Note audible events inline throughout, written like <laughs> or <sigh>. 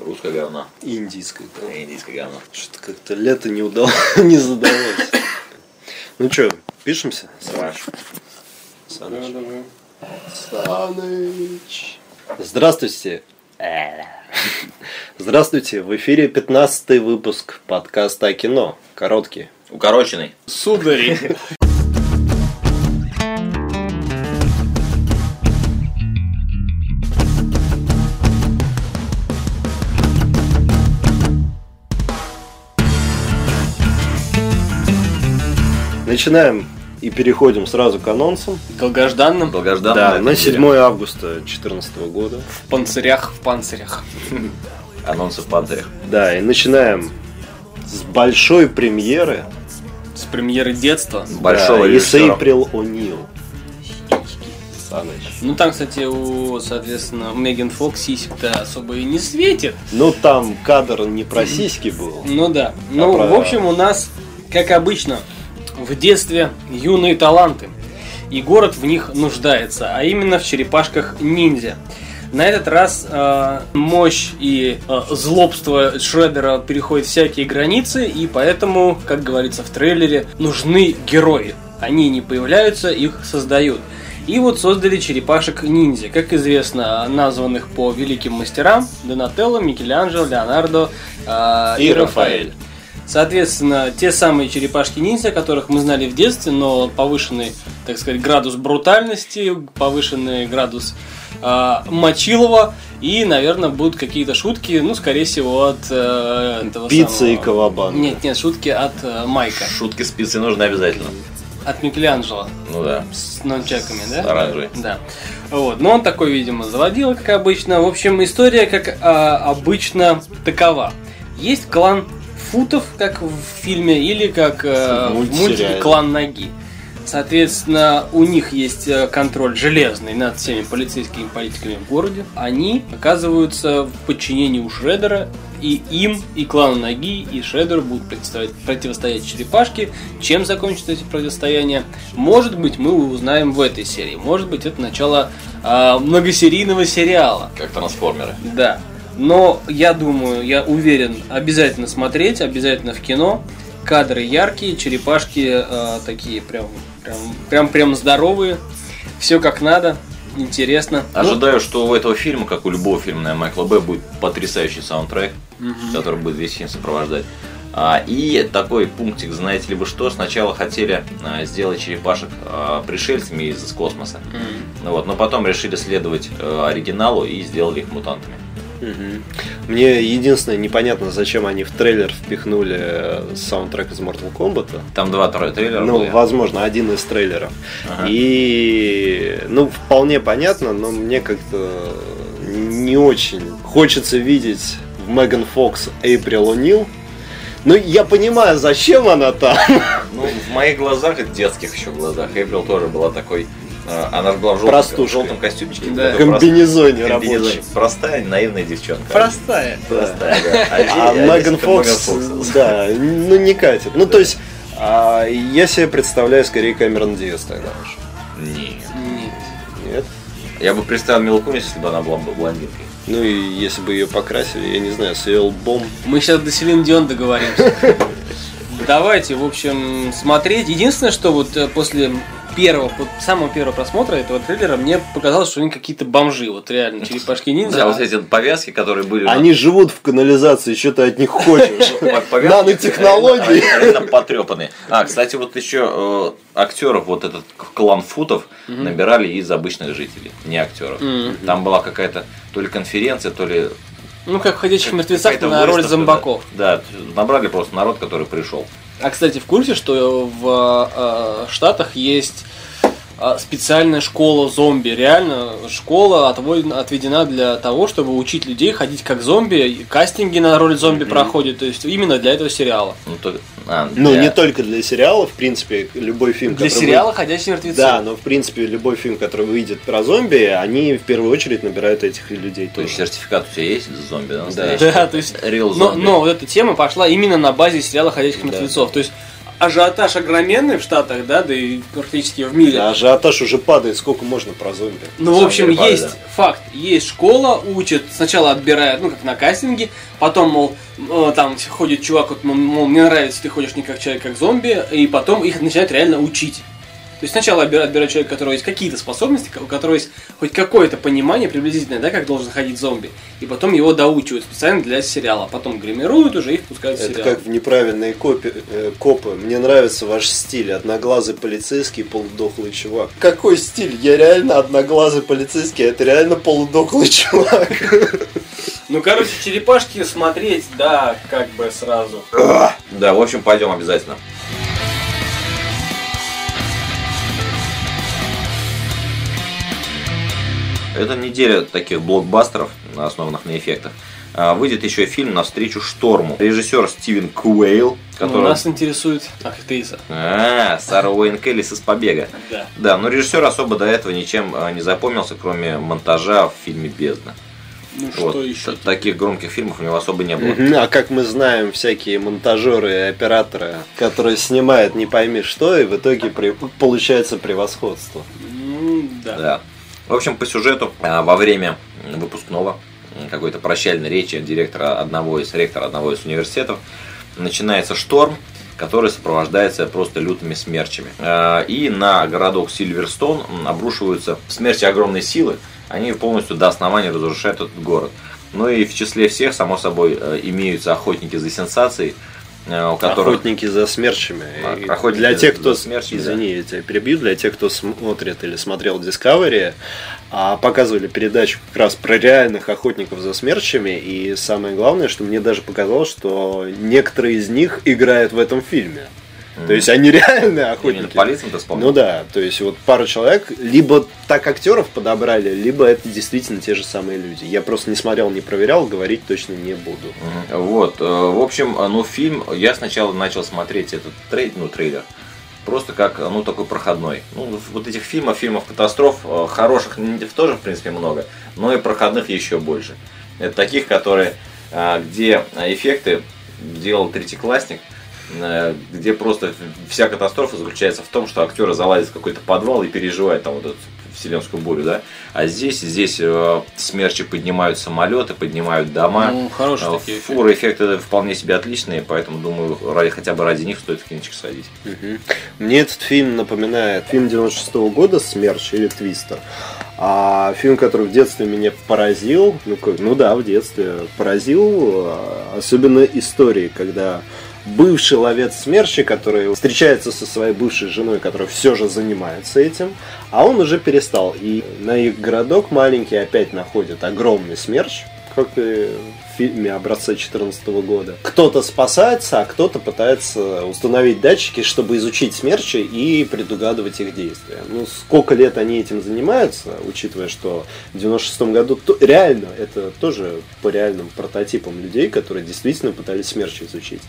Русское говно. Индийской. да. Индийское говно. Что-то как-то лето не удалось, <laughs> не задалось. Ну что, пишемся? Срач. Саныч. Саныч. Здравствуйте. Здравствуйте, в эфире 15 выпуск подкаста о кино. Короткий. Укороченный. Судари. Начинаем и переходим сразу к анонсам. Долгожданным Долгожданный. да, ну, этой на неделе. 7 августа 2014 года. в панцирях в панцирях. Анонсы в панцирях. Да, и начинаем с большой премьеры С премьеры детства. Большого да, и с режиссера. Эйприл О'Нил. Саныч. Ну там, кстати, у, соответственно, у Меган Фокс сисек-то особо и не светит. Ну там кадр не про сиськи был. Ну да. Ну, про- в общем, у нас, как обычно, в детстве юные таланты. И город в них нуждается, а именно в черепашках ниндзя. На этот раз э, мощь и э, злобство Шредера переходят всякие границы, и поэтому, как говорится в трейлере, нужны герои. Они не появляются, их создают. И вот создали черепашек ниндзя, как известно, названных по великим мастерам Донателло, Микеланджело, Леонардо э, И и Рафаэль. Рафаэль. Соответственно, те самые черепашки ниндзя, которых мы знали в детстве, но повышенный, так сказать, градус брутальности, повышенный градус э, мочилова и, наверное, будут какие-то шутки, ну, скорее всего, от э, этого Пицца и самого- колобан. Нет, нет, шутки от э, Майка, Шутки с пиццей нужны обязательно. от Микеланджело Ну да. с нончаками, С да? оранжевой. Да. Вот. Но он такой, видимо, заводил, как обычно. В общем, история, как а, обычно, такова. Есть клан футов, как в фильме, или как э, В в мультсериале. мультике клан ноги. Соответственно, у них есть э, контроль железный над всеми полицейскими политиками в городе. Они оказываются в подчинении у Шредера, и им, и клану Ноги, и Шредеру будут представить- противостоять черепашки. Чем закончится эти противостояния? Может быть, мы узнаем в этой серии. Может быть, это начало э, многосерийного сериала. Как трансформеры. Да. Но я думаю, я уверен, обязательно смотреть, обязательно в кино. Кадры яркие, черепашки э, такие прям, прям, прям, прям здоровые. Все как надо, интересно. Ну, Ожидаю, что у этого фильма, как у любого фильма на Майкла Б, будет потрясающий саундтрек, который будет весь фильм сопровождать. А, и такой пунктик, знаете ли вы что, сначала хотели а, сделать черепашек а, пришельцами из космоса, м, ну вот, но потом решили следовать э, оригиналу и сделали их мутантами. Мгм. Мне единственное непонятно, зачем они в трейлер впихнули э, саундтрек из Mortal Kombat. Там два тре- трейлера Ну, были. возможно, один из трейлеров. Ага. И, ну, вполне понятно, но мне как-то не очень хочется видеть в Меган Фокс Эйприл О'Нил. Ну, я понимаю, зачем она там. Ну, в моих глазах, и в детских еще глазах, Эйприл тоже была такой... э, Она же была в желтом, Простушка. в желтом костюмчике. Да. В такой прост- комбинезоне комбинезон. рабочем. Простая, наивная девчонка. Простая. Простая, да. А здесь- Меган это Фокс, Меган Фокс. да, ну не катит. Ну, то есть, а, я себе представляю скорее Камерон Диас тогда уж. Нет. Нет. Нет? Я бы представил Милу Кунис, если бы она была бы блондинкой. Ну и если бы ее покрасили, я не знаю, с ее лбом. Мы сейчас до Селин Дион договоримся. Давайте, в общем, смотреть. Единственное, что вот э, после первого, вот самого первого просмотра этого трейлера мне показалось, что они какие-то бомжи, вот реально, черепашки ниндзя. Да, А вот эти повязки, которые были... Они живут в канализации, что ты от них хочешь? По- повязки ну, Нанотехнологии. реально- реально потрепанные. А, кстати, вот еще э, актеров, вот этот к- клан футов набирали из обычных жителей, не актеров. Мгм. Там была какая-то то ли конференция, то ли... Ну, как в «Ходячих мертвецах» какая-то на роль выставка, зомбаков. Да, Да, набрали просто народ, который пришел. А, кстати, в курсе, что в э, Штатах есть э, специальная школа зомби. Реально, школа отводен- отведена для того, чтобы учить людей ходить как зомби. И кастинги на роль зомби проходят. То есть, именно для этого сериала. Ну, то- а, Ну, для- не только для сериала, в принципе, любой фильм, Для который сериала «Ходячие выйдет- мертвецы». Да, но в принципе любой фильм, который выйдет про зомби, они в первую очередь набирают этих людей То есть тоже. сертификат у тебя есть за зомби, да, Да, настоящий? то есть... Real Но, зомби. но вот эта тема пошла именно на базе сериала «Ходячих мертвецов». То есть ажиотаж огроменный в Штатах, да, да и практически в мире. А ажиотаж уже падает, сколько можно про зомби. Ну, в Самом общем, деле, правда, есть факт. Есть школа, учат, сначала отбирают, ну, как на кастинге, потом, мол, э, там ходит чувак, вот, мол, мол, мне нравится, ты ходишь не как человек, как зомби, и потом их начинают реально учить. То есть сначала отбирают, отбирают человека, у которого есть какие-то способности, у которого есть хоть какое-то понимание приблизительное, да, как должен ходить зомби. И потом его доучивают специально для сериала. Потом гримируют уже и впускают в Это сериал. как в неправильные копи, э, копы. Мне нравится ваш стиль. Одноглазый полицейский, полудохлый чувак. Какой стиль? Я реально одноглазый полицейский, а это реально полудохлый чувак. Ну, короче, черепашки смотреть, да, как бы сразу. Да, в общем, пойдем обязательно. Эта неделя таких блокбастеров, основанных на эффектах. А, Выйдет еще и фильм «Навстречу шторму». Режиссер Стивен Куэйл, который... нас интересует актриса. А, Сара Уэйн Келлис из «Побега». Да. Да, но режиссер особо до этого ничем а, не запомнился, кроме монтажа в фильме «Бездна». Ну, Вот. что еще? Т- Таких громких фильмов у него особо не было. Мгм. А как мы знаем, всякие монтажеры и операторы, которые снимают не пойми что, и в итоге при- получается превосходство. М, Ну, Да. Да. В общем, по сюжету а, во время м, выпускного м, какой-то прощальной речи директора одного из ректора одного из университетов начинается шторм, который сопровождается просто лютыми смерчами. А, И на городок Сильверстон м, обрушиваются смерти огромной силы. Они полностью до основания разрушают этот город. Ну и в числе всех, само собой, э, имеются охотники за сенсацией, э, у которых Охотники за смерчами. А, И охотники для тех, за кто... смерчами, да. извини, я тебя перебью. Для тех, кто смотрит или смотрел Discovery, а, показывали передачу как раз про реальных охотников за смерчами. И самое главное, что мне даже показалось, что некоторые из них играют в этом фильме. То есть они реальные именно охотники. полиция это исполняет. Ну да, то есть вот пару человек, либо так актеров подобрали, либо это действительно те же самые люди. Я просто не смотрел, не проверял, говорить точно не буду. Мгм. Вот, э, в общем, э, ну фильм, я сначала начал смотреть этот трей, ну, трейлер, просто как, э, ну, такой проходной. Ну, вот этих фильмов, фильмов катастроф, э, хороших н- тоже, в принципе, много, но и проходных еще больше. Это таких, которые, э, где эффекты делал третьеклассник, э, где просто вся катастрофа заключается в том, что актеры залазят в какой-то подвал и переживают там вот эту вселенскую бурю, да. А здесь, здесь э, смерчи поднимают самолеты, поднимают дома. Ну, хорошие А, такие Фуры эффекты вполне себе отличные, поэтому думаю, ради, хотя бы ради них стоит в кинчик сходить. Ну, Мне этот фильм напоминает фильм 96 года «Смерч» или «Твистер». А фильм, который в детстве меня поразил, ну, как- ну да, в детстве поразил, а, особенно истории, когда бывший ловец смерчи, который встречается со своей бывшей женой, которая все же занимается этим, а он уже перестал. И на их городок маленький опять находит огромный смерч, как и в фильме образца 2014 года. Кто-то спасается, а кто-то пытается установить датчики, чтобы изучить смерчи и предугадывать их действия. Ну, сколько лет они этим занимаются, учитывая, что в 96 году то- реально, это тоже по реальным прототипам людей, которые действительно пытались смерчи изучить.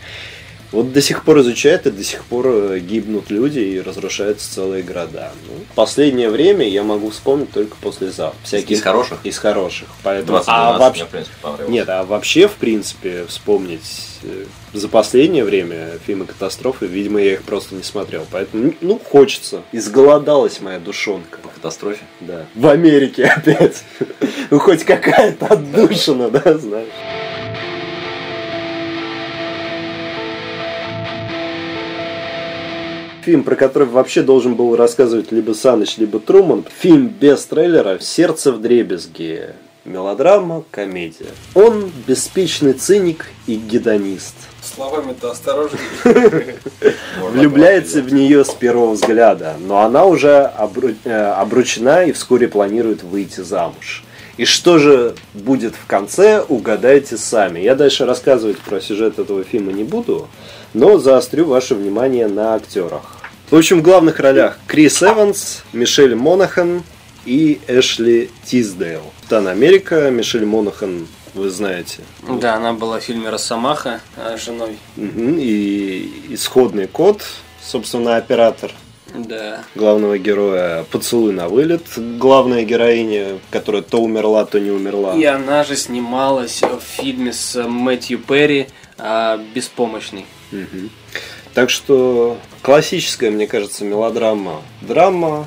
Вот до сих пор изучают и до сих пор э, гибнут люди и разрушаются целые города. Ну, последнее время я могу вспомнить только послезавтра. Всякие Из хороших? Из хороших. Поэтому, 20 а мне, вообще, в принципе, понравилось. нет, а вообще, в принципе, вспомнить э, за последнее время фильмы катастрофы, видимо, я их просто не смотрел. Поэтому, ну, хочется. Изголодалась моя душонка. По катастрофе. Да. В Америке опять. Ну, хоть какая-то отдушина, да, знаешь. Фильм, про который вообще должен был рассказывать либо Саныч, либо Труман. Фильм без трейлера «Сердце в дребезги». Мелодрама, комедия. Он беспечный циник и гедонист. Словами-то осторожнее. Можно Влюбляется в нее с первого взгляда, но она уже обру- э, обручена и вскоре планирует выйти замуж. И что же будет в конце, угадайте сами. Я дальше рассказывать про сюжет этого фильма не буду, но заострю ваше внимание на актерах. В общем, в главных ролях Крис Эванс, Мишель Монахан и Эшли Тиздейл. Тан Америка, Мишель Монахан, вы знаете, Да, она была в фильме «Росомаха» а, женой. Мгм, и исходный код, собственно, оператор Да. главного героя «Поцелуй на вылет», главная героиня, которая то умерла, то не умерла. И она же снималась в фильме с Мэтью Перри а, «Беспомощный». Мгм. Так что классическая, мне кажется, мелодрама. Драма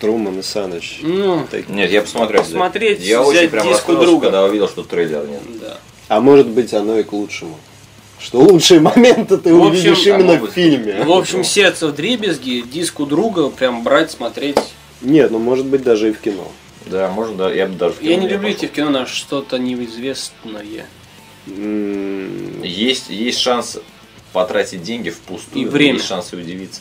Труман и Саныч. Ну, Нет, я посмотрю. обязательно. Посмотреть, я взять очень прям диск у расстроился, друга. когда увидел, что трейлер нет. да. А может быть оно и к лучшему. Что лучшие моменты ты В общем, Ну. увидишь а именно может в фильме. В общем, сердце в дребезги, диск у друга, прям брать, смотреть. Нет, ну может быть даже и в кино. Да, можно, да, я бы даже... в кино Я не люблю пошел. идти в кино на что-то неизвестное. М, Есть, есть шанс потратить деньги впустую. И время. Есть шанс и удивиться.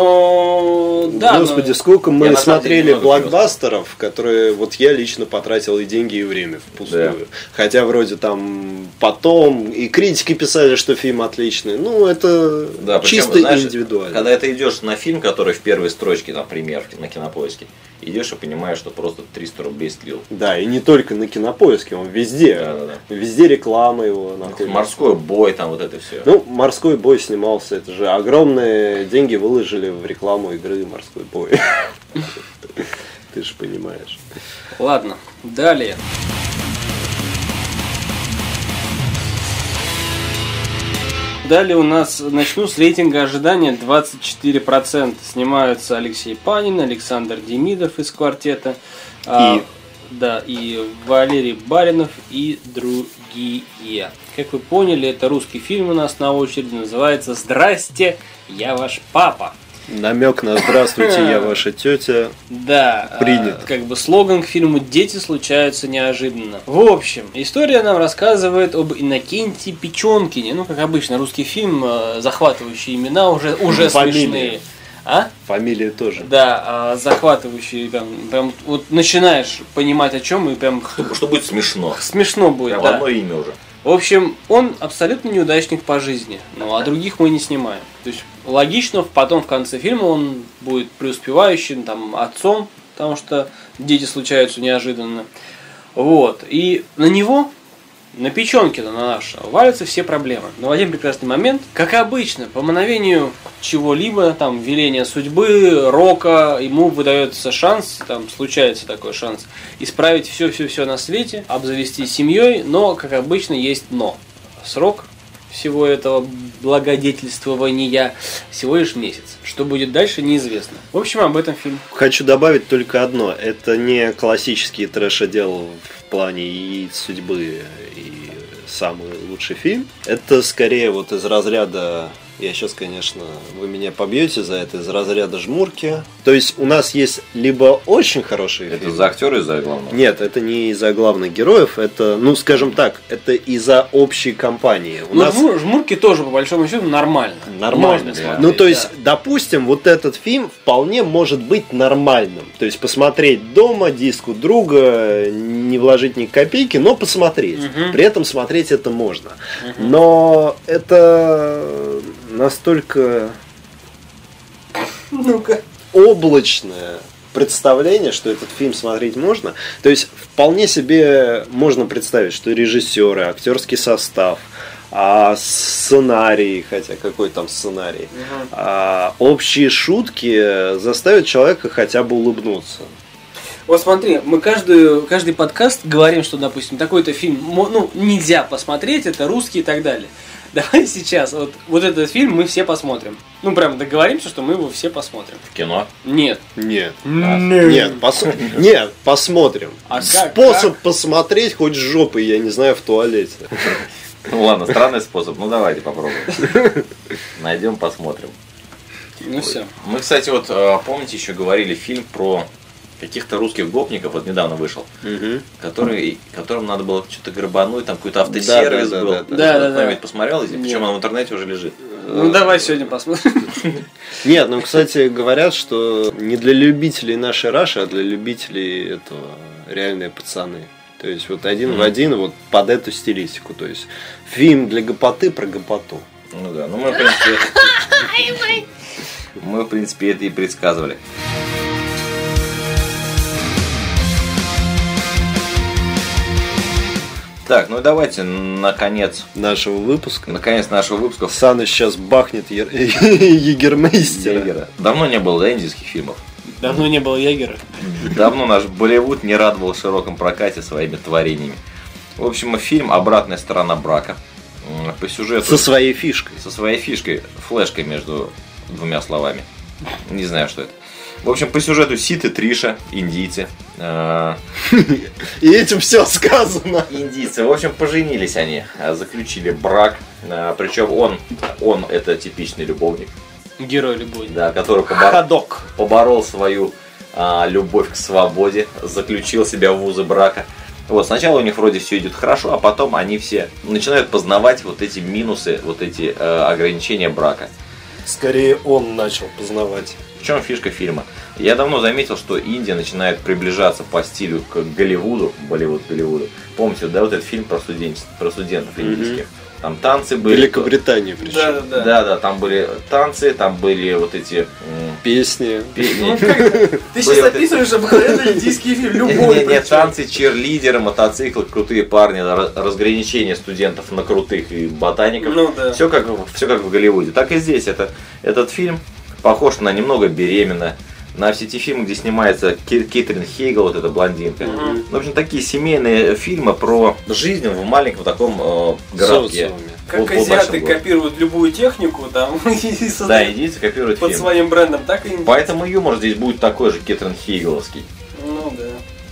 Но да, Господи, но- сколько мы Я ну, на самом деле смотрели много блокбастеров, которые вот я лично потратил и деньги, и время впустую. Да. Хотя вроде там потом и критики писали, что фильм отличный. Ну, это Да, причем, чисто знаешь, индивидуально. Когда ты идешь на фильм, который в первой строчке, например, на кинопоиске, идешь и понимаешь, что просто 300 рублей слил. Да, и не только на кинопоиске, он везде. Да-да-да. Везде реклама его находится. Морской бой, там вот это все. Ну, морской бой снимался, это же огромные деньги выложили в рекламу игры морской бой. <laughs> Ты же понимаешь. Ладно, далее. Далее у нас начну с рейтинга ожидания 24%. Снимаются Алексей Панин, Александр Демидов из квартета. а, да, и Валерий Баринов и другие. Как вы поняли, это русский фильм у нас на очереди. Называется «Здрасте, я ваш папа». Намек на здравствуйте, я ваша тетя. Да. Принято. э, Как бы слоган к фильму «Дети случаются неожиданно». В общем, история нам рассказывает об Иннокентии Печенкине. Ну, как обычно, русский фильм, э, захватывающие имена уже, <laughs> уже Фамилия. смешные. А? Фамилия тоже. Да, э, захватывающие, прям, прям вот начинаешь понимать о чем и прям Что, что будет <laughs> смешно. смешно будет. Прям да. одно имя уже. В общем, он абсолютно неудачник по жизни, ну а других мы не снимаем. То есть логично, потом в конце фильма он будет преуспевающим там отцом, потому что дети случаются неожиданно. Вот. И на него, на Печенкина, на нашего, валятся все проблемы. Но в один прекрасный момент, как обычно, по мановению чего-либо, там, веления судьбы, рока, ему выдается шанс, там, случается такой шанс, исправить все-все-все на свете, обзавестись семьей, но, как обычно, есть но. Срок всего этого благодетельствования всего лишь месяц. Что будет дальше, неизвестно. В общем, об этом фильм. Хочу добавить только одно. Это не классический трэш-отдел в плане и судьбы, и самый лучший фильм. Это скорее вот из разряда... Я сейчас, конечно, вы меня побьете за это, из разряда жмурки. То есть у нас есть либо очень хорошие Это фильмы, за актера и за главного? Нет, это не из-за главных героев, это, ну, скажем так, это из-за общей компании. У Ну, нас жмур- жмурки тоже, по большому счету, нормально. нормально. Можно смотреть, ну, то да. есть, допустим, вот этот фильм вполне может быть нормальным. То есть посмотреть дома, диску друга, не вложить ни копейки, но посмотреть. Мгм. При этом смотреть это можно. Но это настолько Ну-ка. облачное представление, что этот фильм смотреть можно. То есть вполне себе можно представить, что режиссеры, актерский состав, а сценарий, хотя какой там сценарий, а общие шутки заставят человека хотя бы улыбнуться. Вот смотри, мы каждую, каждый подкаст говорим, что, допустим, такой-то фильм мо- ну, нельзя посмотреть, это русский и так далее. <laughs> Давай сейчас, вот, вот этот фильм мы все посмотрим. Ну, прям договоримся, что мы его все посмотрим. В кино? Нет. Нет. Нет. Нет, пос- нет, посмотрим. А как, Способ посмотреть хоть с жопой, я не знаю, в туалете. Ну ладно, странный способ. Ну давайте попробуем. Найдем, посмотрим. Ну все. Мы, кстати, вот э, помните, еще говорили фильм про каких-то русских гопников, вот недавно вышел, который, которым надо было что-то грабануть, там какой-то автосервис Да, да, да, был. да, да. Да, да, да. Кто-нибудь посмотрел, Нет. причем он в интернете уже лежит. Ну давай сегодня посмотрим. Нет, ну, кстати, говорят, что не для любителей нашей Раши, а для любителей этого реальные пацаны. То есть вот один в Мгм. один вот под эту стилистику. То есть фильм для гопоты про гопоту. Ну да, ну мы, в принципе... Мы, в принципе, это и предсказывали. Так, ну давайте, наконец, нашего выпуска. наконец нашего выпуска Саныч сейчас бахнет ер- <laughs> егермейстера. Егера. Давно не было да, индийских фильмов. Давно не было Ягера. Давно наш Болливуд не радовал в широком прокате своими творениями. В общем, фильм «Обратная сторона брака». М, по сюжету Со своей фишкой. со своей фишкой, флешкой между двумя словами. Не знаю, что это. В общем, по сюжету Сит и Триша, индийцы. Э, И этим все сказано. Индийцы, в общем, поженились они, э, заключили брак. Причем он, он это типичный любовник, Герой любой. да, который <laughs> побор- Ходок. поборол свою а, любовь к свободе, заключил себя в узы брака. Вот, сначала у них вроде все идет хорошо, а потом они все начинают познавать вот эти минусы, вот эти э, ограничения брака. Скорее он начал познавать. В чем фишка фильма? Я давно заметил, что Индия начинает приближаться по стилю к Голливуду, Болливуд к Голливуду. Помните, да, вот этот фильм про, студен- про студентов Мгм. индийских? Там танцы были. Великобритании причем. Да, да, там были танцы, там были вот эти м, Песни. песни. Ты Блин, сейчас вот описываешь обыкновенный индийский фильм, любой. Не, не, причем. танцы, черлидеры, мотоциклы, крутые парни, ра- разграничение студентов на крутых и ботаников. Ну да. Все как, все как в Голливуде. Так и здесь. Это, этот фильм похож на немного беременна. На все эти фильмы, где снимается Кит- Китрин Хейгл, вот эта блондинка. Мгм. Ну, В общем, такие семейные фильмы про жизнь в маленьком таком э, городке. социуме. Как Вот, вот дальше азиаты было. копируют любую технику там <laughs> и Да, создают индийцы копируют под фильм. своим брендом, так и Поэтому юмор здесь будет такой же Китрин Хейгловский. Ну да.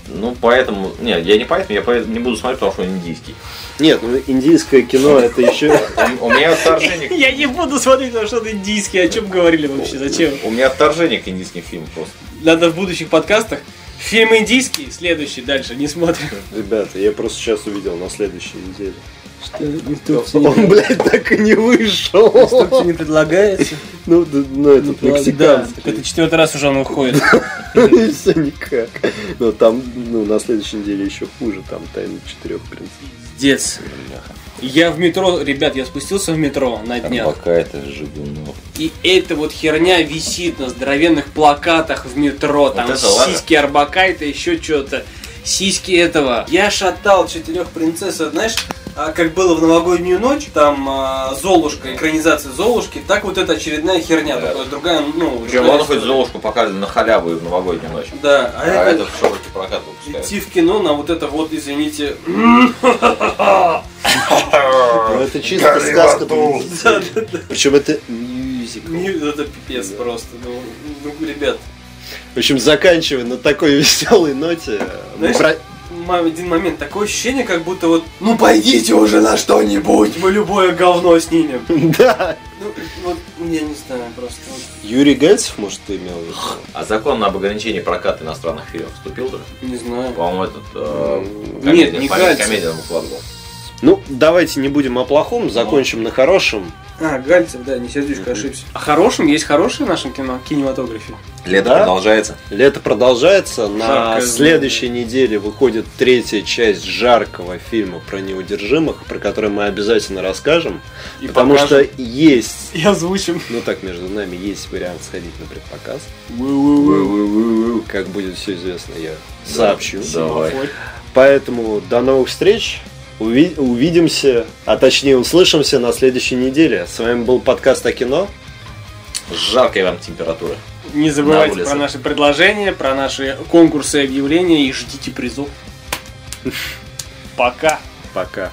Ну, поэтому... Нет, я не поэтому, я поэтому не буду смотреть, потому что он индийский. Нет, ну индийское кино это еще... <laughs> У у меня вот вторжение... Я не буду смотреть, потому что он индийский. О чем говорили вообще? Зачем? У меня вторжение к индийским фильмам просто. Надо в будущих подкастах фильм индийский, следующий дальше не смотрим. Ребята, я просто сейчас увидел на следующей неделе. Он, Инструкция блядь, так и не вышел. не предлагается. Ну, да, ну этот это мексиканский. четвертый раз уже он выходит. <laughs> Все никак. Но там, ну, на следующей неделе еще хуже, там тайны четырех принцев. Дец. Я в метро, ребят, я спустился в метро на днях. Какая-то жигунов. И эта вот херня висит на здоровенных плакатах в метро. Там это ладно. сиськи Арбакайта, еще что-то. Сиськи этого. Я шатал четырех принцесс, а знаешь, а как было в новогоднюю ночь, там а, Золушка, экранизация Золушки, так вот это очередная херня, Да. такая другая, ну, Причем другая он хоть история. Золушку показывали на халяву и в новогоднюю ночь. Да, а, А это, этот в широкий прокат выпускает. идти в кино на вот это вот, извините, <laughs> Ну, это чисто сказка. Причем это мне мюзикл. это пипец просто, ну, ну, ребят, В общем, заканчивая на такой <laughs> веселой ноте, Ну, мы Знаешь, про- м- один момент, такое ощущение, как будто вот, ну пойдите уже на что-нибудь, мы любое говно снимем. <laughs> Да. Ну, вот, я не знаю, просто. вот. Юрий Гальцев, может, ты имел в виду? А закон об ограничении проката иностранных фильмов вступил же? Не знаю. По-моему, этот... э, Нет, комедия- не память Гальцев. комедия он выкладывал. Ну, давайте не будем о Ну. плохом, закончим на хорошем. А, Гальцев, да, не сердючка, ошибся. А хорошим есть хорошее в нашем кино, кинематографе. Лето Да? продолжается. Лето продолжается. На Жаркое следующей неделе выходит третья часть жаркого фильма про неудержимых, про который мы обязательно расскажем. И потому покажем. что есть, И озвучим. ну так между нами, есть вариант сходить на предпоказ. Как будет все известно, я сообщу. Давай. Поэтому до новых встреч. Уви- увидимся, а точнее услышимся на следующей неделе. С вами был подкаст о кино. Жаркая вам температура. Не На забывайте улице. про наши предложения, про наши конкурсы и объявления и ждите призов. Пока. Пока.